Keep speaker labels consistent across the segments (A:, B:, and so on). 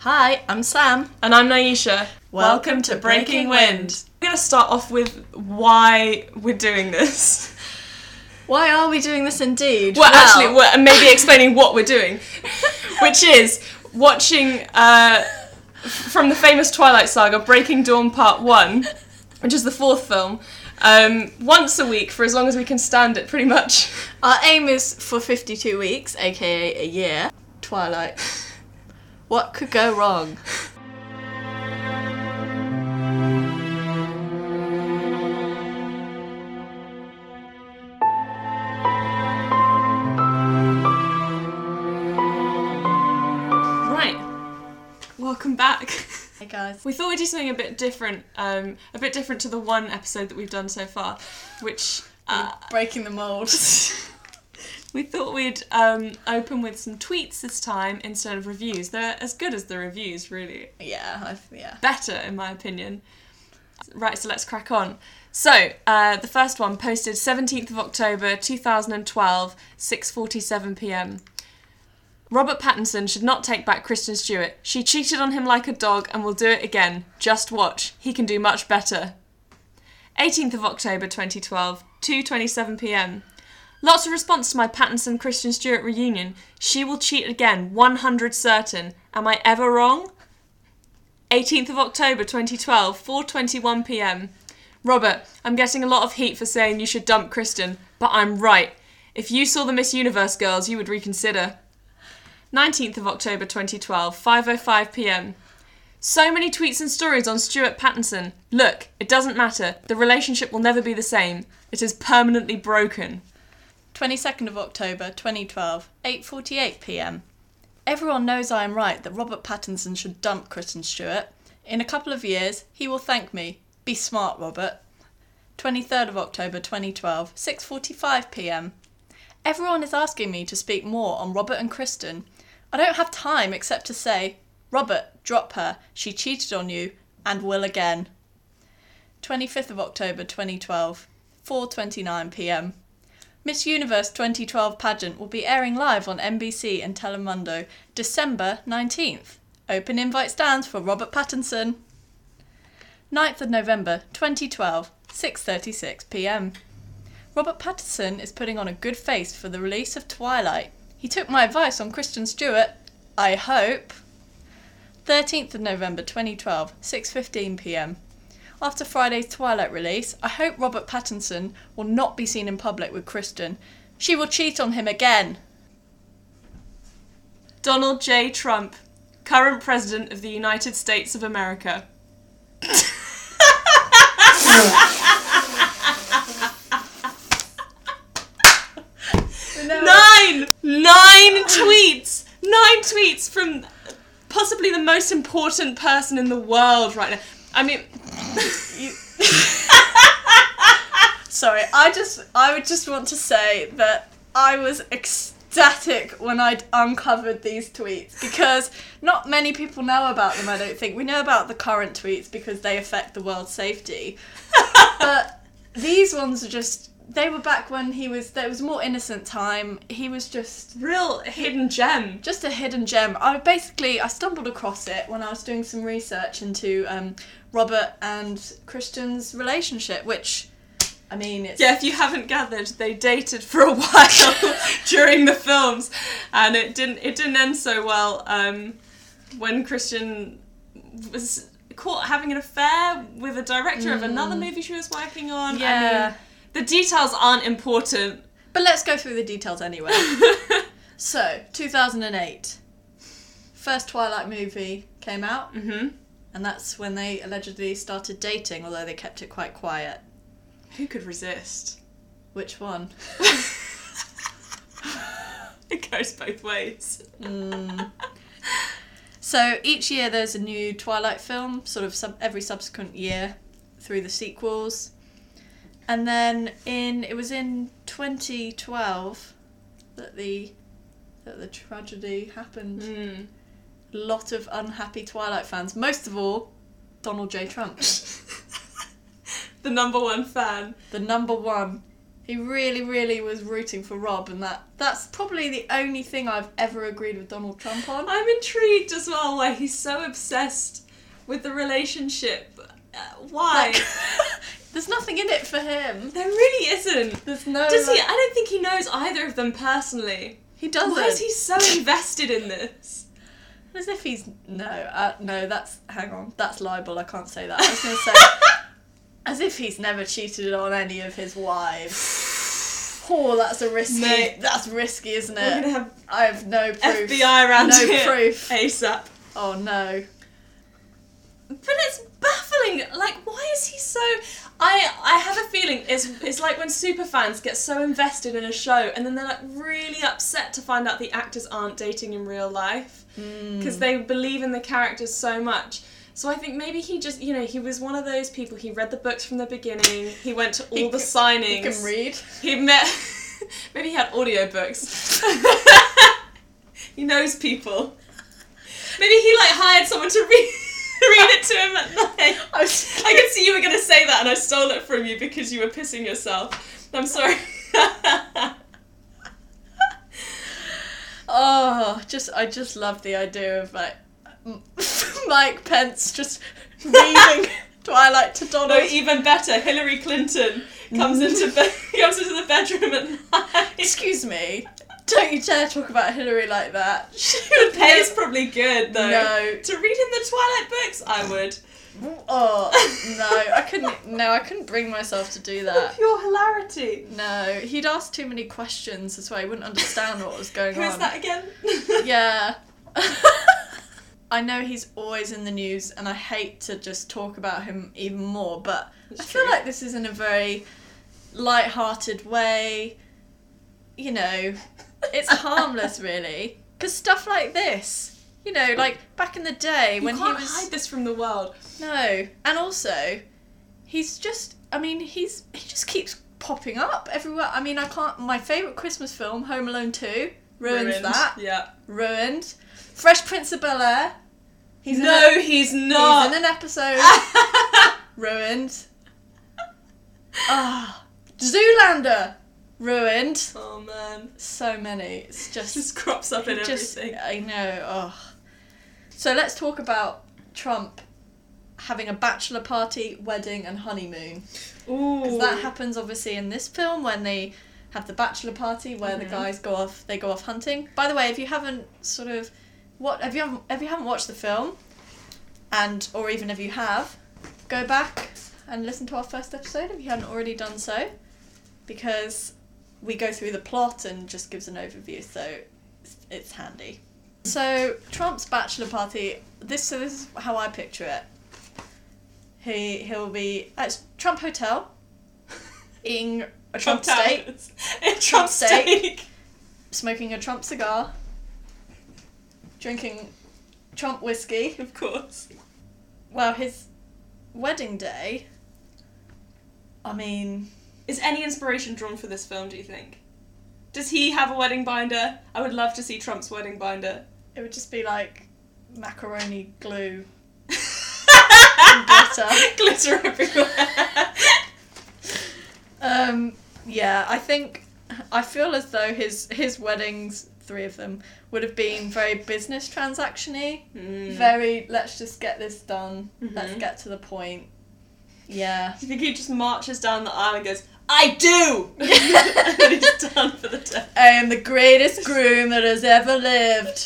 A: Hi, I'm Sam.
B: And I'm Naisha. Welcome, to Breaking Wind. We're going to start off with why we're doing this.
A: Why are we doing this indeed?
B: Well, actually, we're and maybe explaining what we're doing, which is watching uh, f- from the famous Twilight Saga Breaking Dawn Part 1, which is the fourth film, um, once a week for as long as we can stand it, pretty much.
A: our aim is for 52 weeks, aka a year. Twilight. What could go wrong?
B: Right. Welcome back.
A: Hey guys.
B: We thought we'd do something a bit different, um, a bit different to the one episode that we've done so far, which uh,
A: breaking the mold.
B: we thought we'd um, open with some tweets this time instead of reviews. They're as good as the reviews, really.
A: yeah, I've, yeah.
B: Better, in my opinion. Right, so let's crack on. So uh, the first one posted 17th of October 2012, 6:47 p.m. Robert Pattinson should not take back Kristen Stewart. She cheated on him like a dog and will do it again. Just watch. He can do much better. 18th of October 2012, 2:27 p.m. Lots of response to my Pattinson Kristen Stewart reunion. She will cheat again, 100 certain. Am I ever wrong? 18th of October 2012, 4:21 p.m. Robert, I'm getting a lot of heat for saying you should dump Kristen, but I'm right. If you saw the Miss Universe girls, you would reconsider. 19th of October 2012, 5:05 p.m. So many tweets and stories on Stuart Pattinson. Look, it doesn't matter. The relationship will never be the same. It is permanently broken.
A: 22nd of October 2012, 8:48 p.m. Everyone knows I am right that Robert Pattinson should dump Kristen Stewart. In a couple of years, he will thank me. Be smart, Robert. 23rd of October 2012, 6:45 p.m. Everyone is asking me to speak more on Robert and Kristen. I don't have time except to say, Robert, drop her. She cheated on you and will again. 25th of October 2012, 4:29 p.m. Miss Universe 2012 pageant will be airing live on NBC and Telemundo December 19th. Open invite stands for Robert Pattinson. 9th of November 2012, 6:36 p.m. Robert Pattinson is putting on a good face for the release of Twilight. He took my advice on Kristen Stewart, I hope. 13th of November 2012, 6:15 p.m. After Friday's Twilight release, I hope Robert Pattinson will not be seen in public with Kristen. She will cheat on him again.
B: Donald J. Trump, current president of the United States of America. Nine! Nine tweets! Nine tweets from possibly the most important person in the world right now. I mean,
A: Sorry, I just I would just want to say that I was ecstatic when I'd uncovered these tweets because not many people know about them, I don't think. We know about the current tweets because they affect the world's safety. but these ones are just they were back when he was there was more innocent time. He was just
B: real hidden gem.
A: just a hidden gem. I basically I stumbled across it when I was doing some research into um, Robert and Christian's relationship, which I mean, it's,
B: Yeah, if you haven't gathered, they dated for a while during the films, and it didn't it didn't end so well. Um, when Christian was caught having an affair with a director of another movie she was working on. I
A: Yeah.
B: mean, the details aren't important.
A: but let's go through the details anyway. so, 2008, first Twilight movie came out,
B: hmm
A: and that's when they allegedly started dating, although they kept it quite quiet.
B: Who could resist?
A: Which one?
B: It goes both ways.
A: Mm. So each year there's a new Twilight film, sort of sub- every subsequent year through the sequels. And then in it was in 2012 that the that the tragedy happened.
B: Mm.
A: A lot of unhappy Twilight fans, most of all Donald J Trump,
B: The number one fan.
A: the number one He really, really was rooting for Rob, and that that's probably the only thing I've ever agreed with Donald Trump on.
B: I'm intrigued as well why he's so obsessed with the relationship. Uh, why?
A: Like, there's nothing in it for him.
B: there really isn't.
A: There's no.
B: Does he?
A: like-
B: I don't think he knows either of them personally.
A: He doesn't.
B: Why is he so invested in this?
A: As if he's no, uh, no. That's hang on. That's libel. I can't say that. I was going to say as if he's never cheated on any of his wives. Oh, that's a risky.
B: Mate.
A: That's risky, isn't
B: We're
A: it?
B: gonna have
A: I have no proof.
B: FBI around
A: uh, No
B: here
A: proof.
B: ASAP.
A: Oh no.
B: But it's baffling. Like, why is he so? I I have a feeling it's it's like when superfans get so invested in a show and then they're like really upset to find out the actors aren't dating in real life
A: Hmm.
B: because they believe in the characters so much. So I think maybe he just you know he was one of those people. He read the books from the beginning. He went to all
A: He
B: the
A: c-
B: signings.
A: You can read.
B: He met. Maybe he had audiobooks. he knows people. Maybe he like hired someone to read read it to him at night.
A: I was,
B: I could see you were gonna say that, and I stole it from you because you were pissing yourself. I'm sorry.
A: oh, just I just love the idea of like M- Mike Pence just reading Twilight to Donald.
B: no, even better. Hillary Clinton comes into bed comes into the bedroom at night.
A: Excuse me. Don't you dare talk about Hillary like that. She
B: The pay is probably good though.
A: No.
B: To read him the Twilight books, I would.
A: Oh no, I couldn't. No, I couldn't bring myself to do that.
B: Pure hilarity.
A: No, he'd asked too many questions as well. He wouldn't understand what was going
B: Who
A: on.
B: is that again?
A: Yeah. I know he's always in the news, and I hate to just talk about him even more, but
B: It's
A: I feel
B: true.
A: like this is in a very light-hearted way. You know, it's harmless, really, because stuff like this. You know, like back in the day
B: You
A: when
B: can't
A: he was
B: hide this from the world.
A: No, and also, he's just. I mean, he's he just keeps popping up everywhere. I mean, I can't. My favorite Christmas film, Home Alone Two, ruins
B: Ruined.
A: that.
B: Yeah.
A: Ruined. Fresh Prince of Bel Air. He's in
B: no,
A: a-
B: he's
A: he's
B: not.
A: in an episode.
B: Ah.
A: ruined. Ah, Zoolander. Ruined.
B: oh man,
A: So many. It's just.
B: just crops up in
A: It just,
B: everything.
A: I know. Oh. So let's talk about Trump having a bachelor party, wedding, and honeymoon.
B: Ooh,
A: Because that happens obviously in this film when they have the bachelor party where the
B: Mhm.
A: guys go off. They go off hunting. By the way, if you haven't sort of what if you haven't if you haven't watched the film, and or even if you have, go back and listen to our first episode if you hadn't already done so, because we go through the plot and just gives an overview. So it's, it's handy. So Trump's bachelor party. This so this is how I picture it. He he'll be at Trump Hotel, eating a Trump, steak,
B: towers. A
A: Trump
B: Trump
A: steak.
B: steak.
A: smoking a Trump cigar, drinking Trump whiskey.
B: of course.
A: Well, his wedding day. I mean,
B: Is any inspiration drawn for this film? Do you think? Does he have a wedding binder? I would love to see Trump's wedding binder.
A: it would just be like macaroni glue.
B: glitter,
A: glitter.
B: glitter everywhere.
A: Um, yeah, I think I feel as though his his weddings, three of them, would have been very business transactiony,
B: Mm.
A: very let's just get this done, let's
B: Mhm.
A: get to the point. Yeah.
B: Do you think he just marches down the aisle and goes, "I do," and he's done for the day?
A: I am the greatest groom that has ever lived.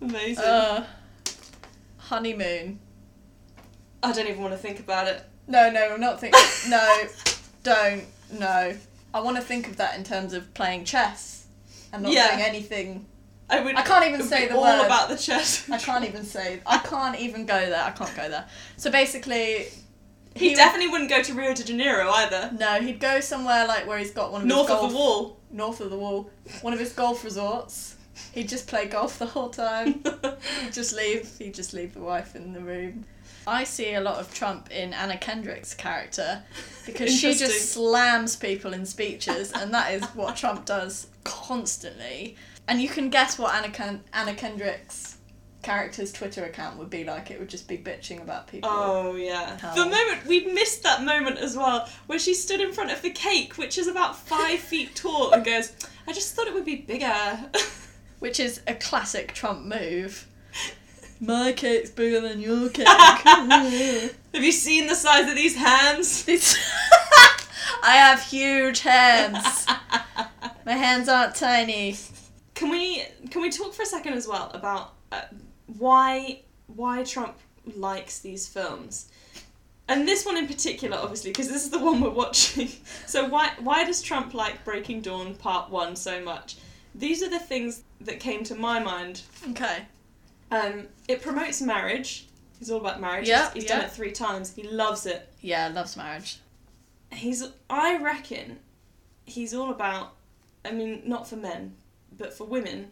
B: Amazing.
A: Uh, honeymoon.
B: I don't even want to think about it.
A: No, no, I'm not thinking. no, don't. No. I want to think of that in terms of playing chess and not
B: Yeah.
A: doing anything.
B: I would.
A: I can't even
B: it would
A: say
B: be
A: the
B: all
A: word.
B: about the chess.
A: I can't even say. I can't even go there. I can't go there. So basically,
B: He,
A: would-
B: definitely wouldn't go to Rio de Janeiro either.
A: no. He'd go somewhere like where he's got one of
B: North
A: his golf,
B: of the wall.
A: north of the wall, one of his golf resorts. He'd just play golf the whole time. He'd just leave. He'd just leave the wife in the room. I see a lot of Trump in Anna Kendrick's character because she
B: Interesting.
A: just slams people in speeches, and that is what Trump does constantly. And you can guess what Anna, Ken- Anna Kendrick's character's Twitter account would be like. It would just be bitching about people.
B: Oh yeah.
A: How-
B: The moment we missed that moment as well, where she stood in front of the cake, which is about five feet tall, and goes, "I just thought it would be bigger."
A: Which is a classic Trump move. My cake's bigger than your cake.
B: Have you seen the size of these hands?
A: It's- I have huge hands. My hands aren't tiny.
B: Can we can we talk for a second as well about uh, why why Trump likes these films? And this one in particular, obviously, because this is the one we're watching. So why why does Trump like Breaking Dawn Part One so much? These are the things that came to my mind
A: Okay.
B: Um, it promotes marriage. He's all about marriage.
A: Yeah,
B: he's he's
A: yeah.
B: done it three times. He loves it.
A: Yeah, loves marriage.
B: He's. I reckon he's all about. I mean, not for men, but for women,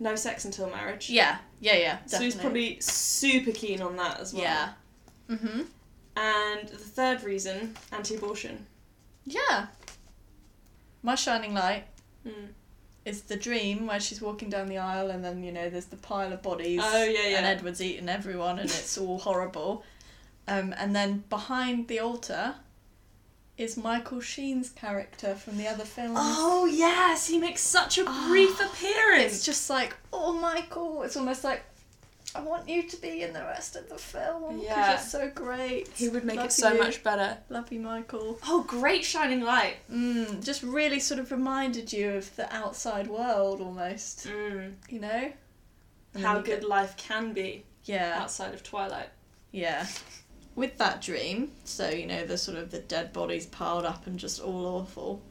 B: no sex until marriage.
A: Yeah, yeah, yeah. Definitely.
B: So he's probably super keen on that as well.
A: Yeah. Mhm.
B: And the third reason, anti-abortion.
A: Yeah. My shining light
B: Mm.
A: is the dream where she's walking down the aisle and then you know there's the pile of bodies.
B: Oh, yeah, yeah.
A: And Edward's eating everyone and it's all horrible. Um, and then behind the altar is Michael Sheen's character from the other film.
B: Oh yes, he makes such a brief
A: brief
B: appearance.
A: Ah, It's just like, oh, Michael. It's almost like, I want you to be in the rest of the film because
B: Yeah.
A: you're so great.
B: He would make
A: Love
B: it so
A: you.
B: much better.
A: Love you, Michael.
B: Oh, great shining light.
A: Mm, just really sort of reminded you of the outside world almost,
B: Mm.
A: you know? And then
B: How
A: you
B: good
A: get-
B: life can be
A: yeah,
B: outside of Twilight.
A: yeah. With that dream, so, you know, the sort of the dead bodies piled up and just all awful.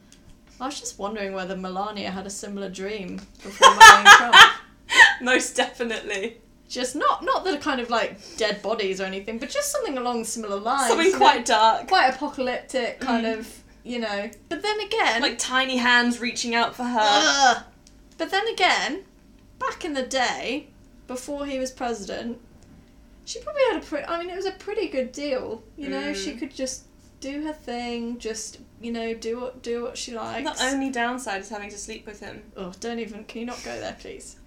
A: I was just wondering whether Melania had a similar dream before marrying Trump.
B: Most definitely.
A: just not not the kind of like dead bodies or anything, but just something along similar lines.
B: Something
A: you know?
B: quite dark.
A: quite apocalyptic, kind of you know. But then again,
B: Like tiny hands reaching out for her.
A: ugh. but then again, back in the day, before he was president, she probably had a pretty. I mean, it was a pretty good deal. You know,
B: Mm.
A: she could just do her thing, just you know, do what do what she likes.
B: The only downside is having to sleep with him.
A: Oh, don't even. Can you not go there, please?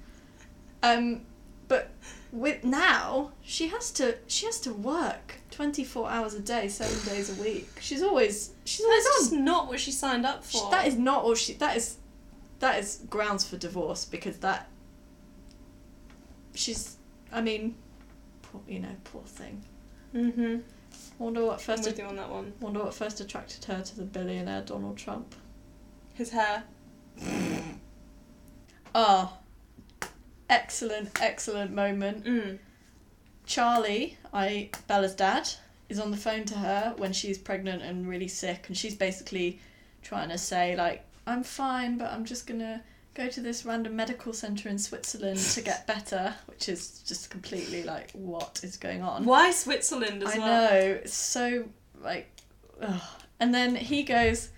A: Um, but with now she has to she has to work twenty four hours a day, seven days a week. She's always she's always
B: That's just
A: on.
B: not what she signed up
A: She,
B: for.
A: that is not all she. That is that is grounds for divorce because that she's. I mean, poor, you know, poor thing.
B: Mm-hmm.
A: Wonder what
B: I'm
A: first
B: with you on that one.
A: wonder what first attracted her to the billionaire Donald Trump.
B: His hair.
A: Ah, excellent, excellent moment.
B: Mm.
A: Charlie, I Bella's dad, is on the phone to her when she's pregnant and really sick, and she's basically trying to say like, "I'm fine, but I'm just gonna go to this random medical center in Switzerland to get better," which is just completely like, what is going on?
B: Why Switzerland as
A: I
B: well?
A: know, it's so like, ugh. and then he goes,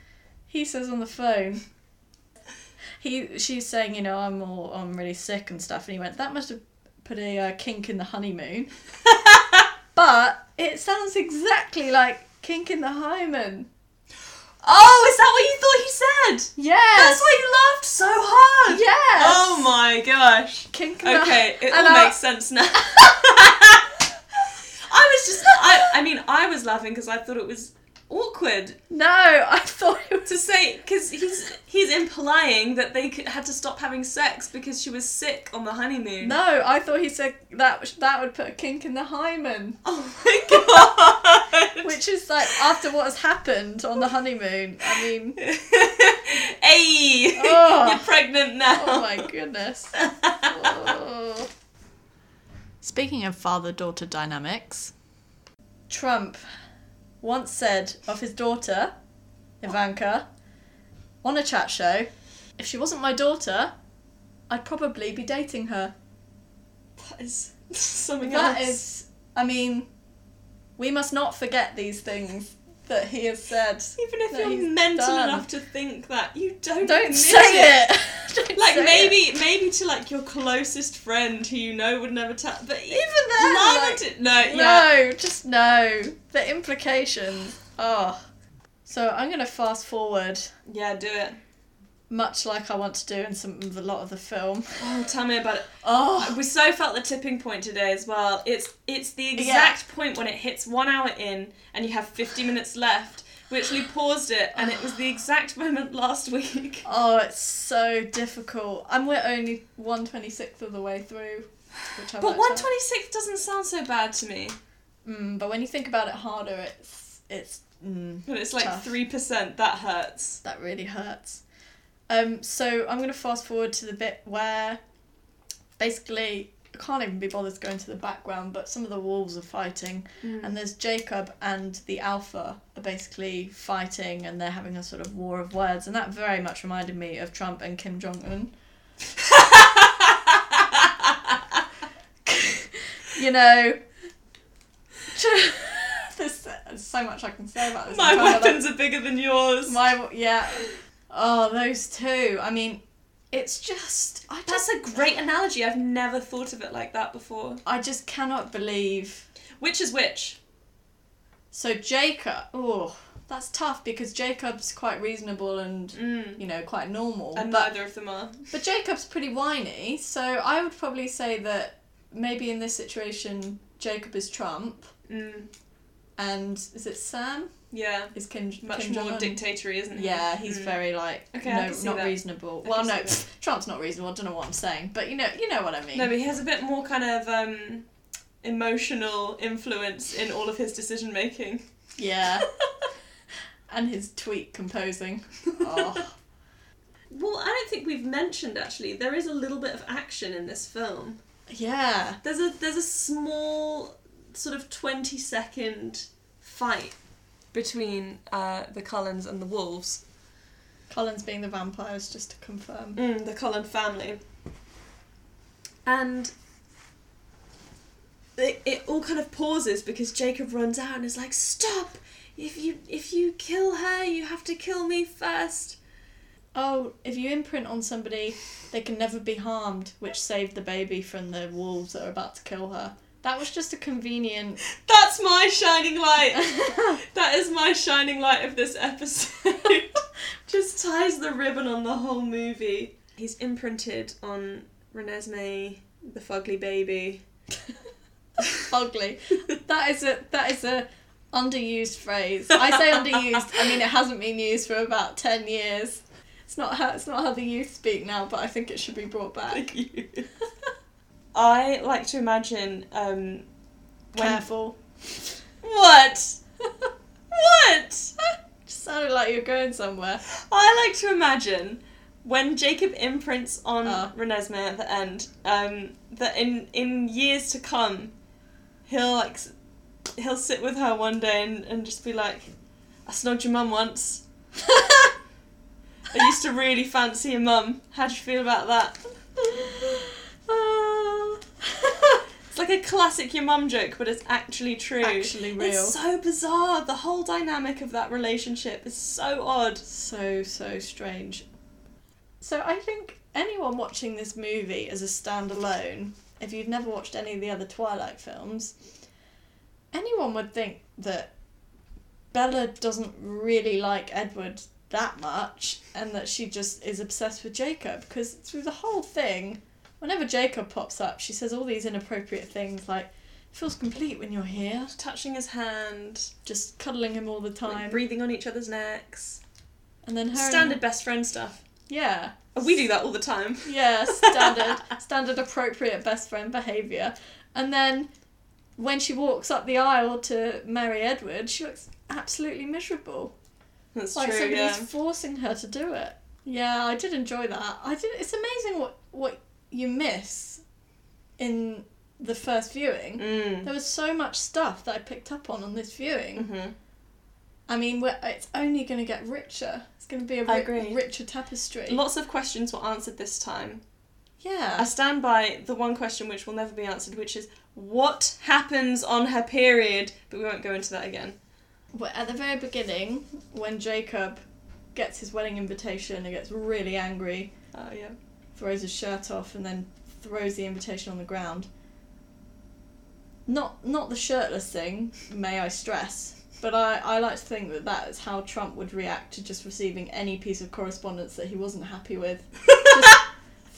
A: he says on the phone. He, she's saying, you know, I'm all, I'm really sick and stuff, and he went, that must have put a uh, kink in the honeymoon. But it sounds exactly like Kink in the Hymen.
B: Oh, is that what you thought he said?
A: Yes.
B: That's why you laughed so hard.
A: Yes.
B: Oh my gosh.
A: Kink in the
B: Okay, it
A: And
B: all
A: I-
B: makes sense now. I was just, I, I mean, I was laughing because I thought it was awkward
A: No, I thought it was.
B: to say because he's he's implying that they could, had to stop having sex because she was sick on the honeymoon.
A: No, I thought he said that that would put a kink in the hymen,
B: Oh my god!
A: which is like after what has happened on the honeymoon. I mean,
B: hey,
A: Oh.
B: you're pregnant now.
A: oh my goodness. Oh. Speaking of father daughter dynamics, Trump once said of his daughter, Ivanka, on a chat show, if she wasn't my daughter, I'd probably be dating her.
B: That is something
A: That
B: else.
A: is, I mean, we must not forget these things that he has said.
B: Even if
A: No,
B: you're
A: he's
B: mental
A: done.
B: enough to think that, you don't.
A: Don't
B: admit
A: say it! Don't
B: Like
A: say it.
B: maybe, maybe to like your closest friend who you know would never tell. But even
A: then, like,
B: no, yeah.
A: No, just no. The ah. implications. Oh. So I'm going to fast forward
B: Yeah, do it.
A: much like I want to do in some a lot of the film.
B: Oh, tell me about it.
A: Oh,
B: We so felt the tipping point today as well. It's it's the exact point when it hits one hour in and you have fifty minutes left. We actually paused it, and it was the exact moment last week.
A: oh, it's so difficult. And we're only one twenty sixth of the way through. Which I
B: But
A: worked
B: one
A: out.
B: twenty six doesn't sound so bad to me.
A: Mm, but when you think about it harder, it's it's mm,
B: But it's like
A: Tough.
B: three percent. That hurts.
A: that really hurts. Um, so I'm gonna fast forward to the bit where, basically, I can't even be bothered to go into the background, but some of the wolves are fighting, and there's Jacob and the Alpha are basically fighting, and they're having a sort of war of words, and that very much reminded me of Trump and Kim Jong Un. you know. There's there's so much I can say about this.
B: My
A: I'm trying to, like,
B: weapons are bigger than yours.
A: my yeah. Oh, those two. I mean, it's just I
B: That's
A: just
B: a great analogy. I've never thought of it like that before.
A: I just cannot believe.
B: Which is which?
A: So Jacob, oh, that's tough because Jacob's quite reasonable and
B: Mm.
A: you know quite normal,
B: And
A: but
B: neither of them are.
A: but Jacob's pretty whiny. So I would probably say that maybe in this situation Jacob is Trump
B: Mm.
A: and is it Sam?
B: Yeah.
A: Is Kim
B: Much
A: Kim
B: more
A: Jong-un?
B: dictatory, isn't he?
A: Yeah, he's
B: Mm.
A: very like
B: Okay, I
A: no,
B: can see
A: not
B: that.
A: reasonable.
B: I
A: well,
B: can
A: no,
B: see
A: Trump's not reasonable. I don't know what I'm saying, but you know, you know what I mean.
B: No, but he has a bit more kind of um, emotional influence in all of his decision making.
A: Yeah. and his tweet composing. Oh.
B: Well, I don't think we've mentioned actually. There is a little bit of action in this film.
A: yeah.
B: There's a there's a small sort of twenty second fight.
C: between uh, the Cullens and the Wolves.
A: Collins being the vampires, just to confirm.
B: Mm, the Cullen family. And it, it all kind of pauses because Jacob runs out and is like, "Stop! If you if you kill her, you have to kill me first.
A: Oh, if you imprint on somebody, they can never be harmed, which saved the baby from the wolves that are about to kill her. That was just a convenient.
B: That's my shining light. that is my shining light of this episode. Just ties the ribbon on the whole movie. He's imprinted on Renesmee, the fugly baby.
A: Ugly. That is a that is a underused phrase. I say underused. I mean it hasn't been used for about ten years. It's not how it's not how the youth speak now, but I think it should be brought back.
B: you. I like to imagine um, when
A: Careful.
B: what what
A: Just sounded like you're going somewhere.
B: I like to imagine when Jacob imprints on
A: Oh.
B: Renesmee at the end um, that in in years to come he'll like s- he'll sit with her one day and, and just be like I snogged your mum once I used to really fancy your mum how'd you feel about that it's like a classic your mum joke but it's actually true
A: Actually real.
B: it's so bizarre the whole dynamic of that relationship is so odd
A: so so strange. So I think anyone watching this movie as a standalone, if you've never watched any of the other Twilight films, anyone would think that Bella doesn't really like Edward that much and that she just is obsessed with Jacob because through the whole thing, whenever Jacob pops up, she says all these inappropriate things like feels complete when you're here,
B: touching his hand
A: just cuddling him all the time.
B: like breathing on each other's necks.
A: and then her and-
B: Standard best friend stuff.
A: yeah.
B: We do that all the time.
A: Yeah, standard, standard appropriate best friend behaviour. And then when she walks up the aisle to marry Edward, she looks absolutely miserable.
B: That's
A: like
B: true.
A: somebody's
B: Yeah.
A: forcing her to do it. Yeah, I did enjoy that. I did. It's amazing what what you miss in the first viewing.
B: Mm.
A: There was so much stuff that I picked up on on this viewing.
B: Mm-hmm.
A: I mean, we're, it's only going to get richer. It's going to be a
B: I
A: ri-
B: agree.
A: richer tapestry.
B: Lots of questions were answered this time.
A: yeah.
B: I stand by the one question which will never be answered, which is what happens on her period. But we won't go into that again.
A: Well, at the very beginning, when Jacob gets his wedding invitation and gets really angry,
B: Oh yeah.
A: throws his shirt off, and then throws the invitation on the ground. Not not the shirtless thing, may I stress, But I, I like to think that that is how Trump would react to just receiving any piece of correspondence that he wasn't happy with. Just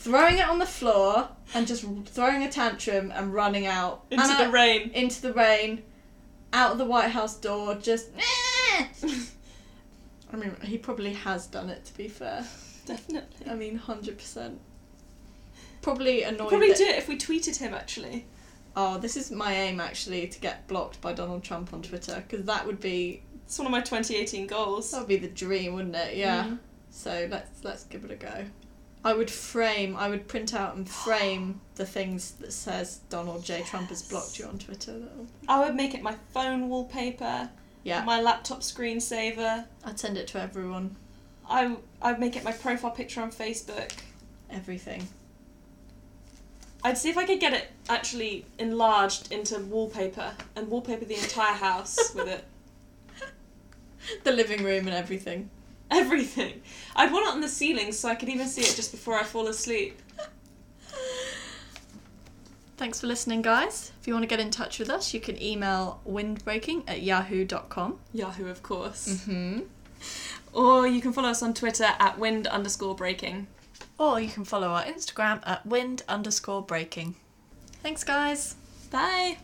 A: throwing it on the floor and just throwing a tantrum and running out.
B: Into
A: And
B: the
A: I-
B: rain.
A: into the rain, out of the White House door, just. "Eh!" I mean, he probably has done it. To be fair,
B: Definitely.
A: I mean, hundred percent. Probably annoyed.
B: Probably
A: that-
B: do it if we tweeted him actually.
A: Oh, this is my aim actually to get blocked by Donald Trump on Twitter because that would be
B: It's one of my 2018 goals.
A: that would be the dream, wouldn't it? Oh, Yeah.
B: Mm.
A: So let's let's give it a go. I would frame. I would print out and frame the things that says Donald J. Trump has blocked you on Twitter. That'll-
B: I would make it my phone wallpaper,
A: Yeah,
B: my laptop screensaver.
A: I'd send it to everyone.
B: I I'd make it my profile picture on Facebook.
A: Everything.
B: I'd see if I could get it actually enlarged into wallpaper and wallpaper the entire house with it.
A: The living room and everything.
B: Everything. I'd want it on the ceiling so I could even see it just before I fall asleep.
A: Thanks for listening, guys. If you want to get in touch with us, you can email windbreaking at yahoo.com.
B: Yahoo, of course.
A: Mm-hmm.
B: Or you can follow us on Twitter at wind underscore breaking.
A: Or you can follow our Instagram at wind underscore breaking. Thanks, guys.
B: Bye.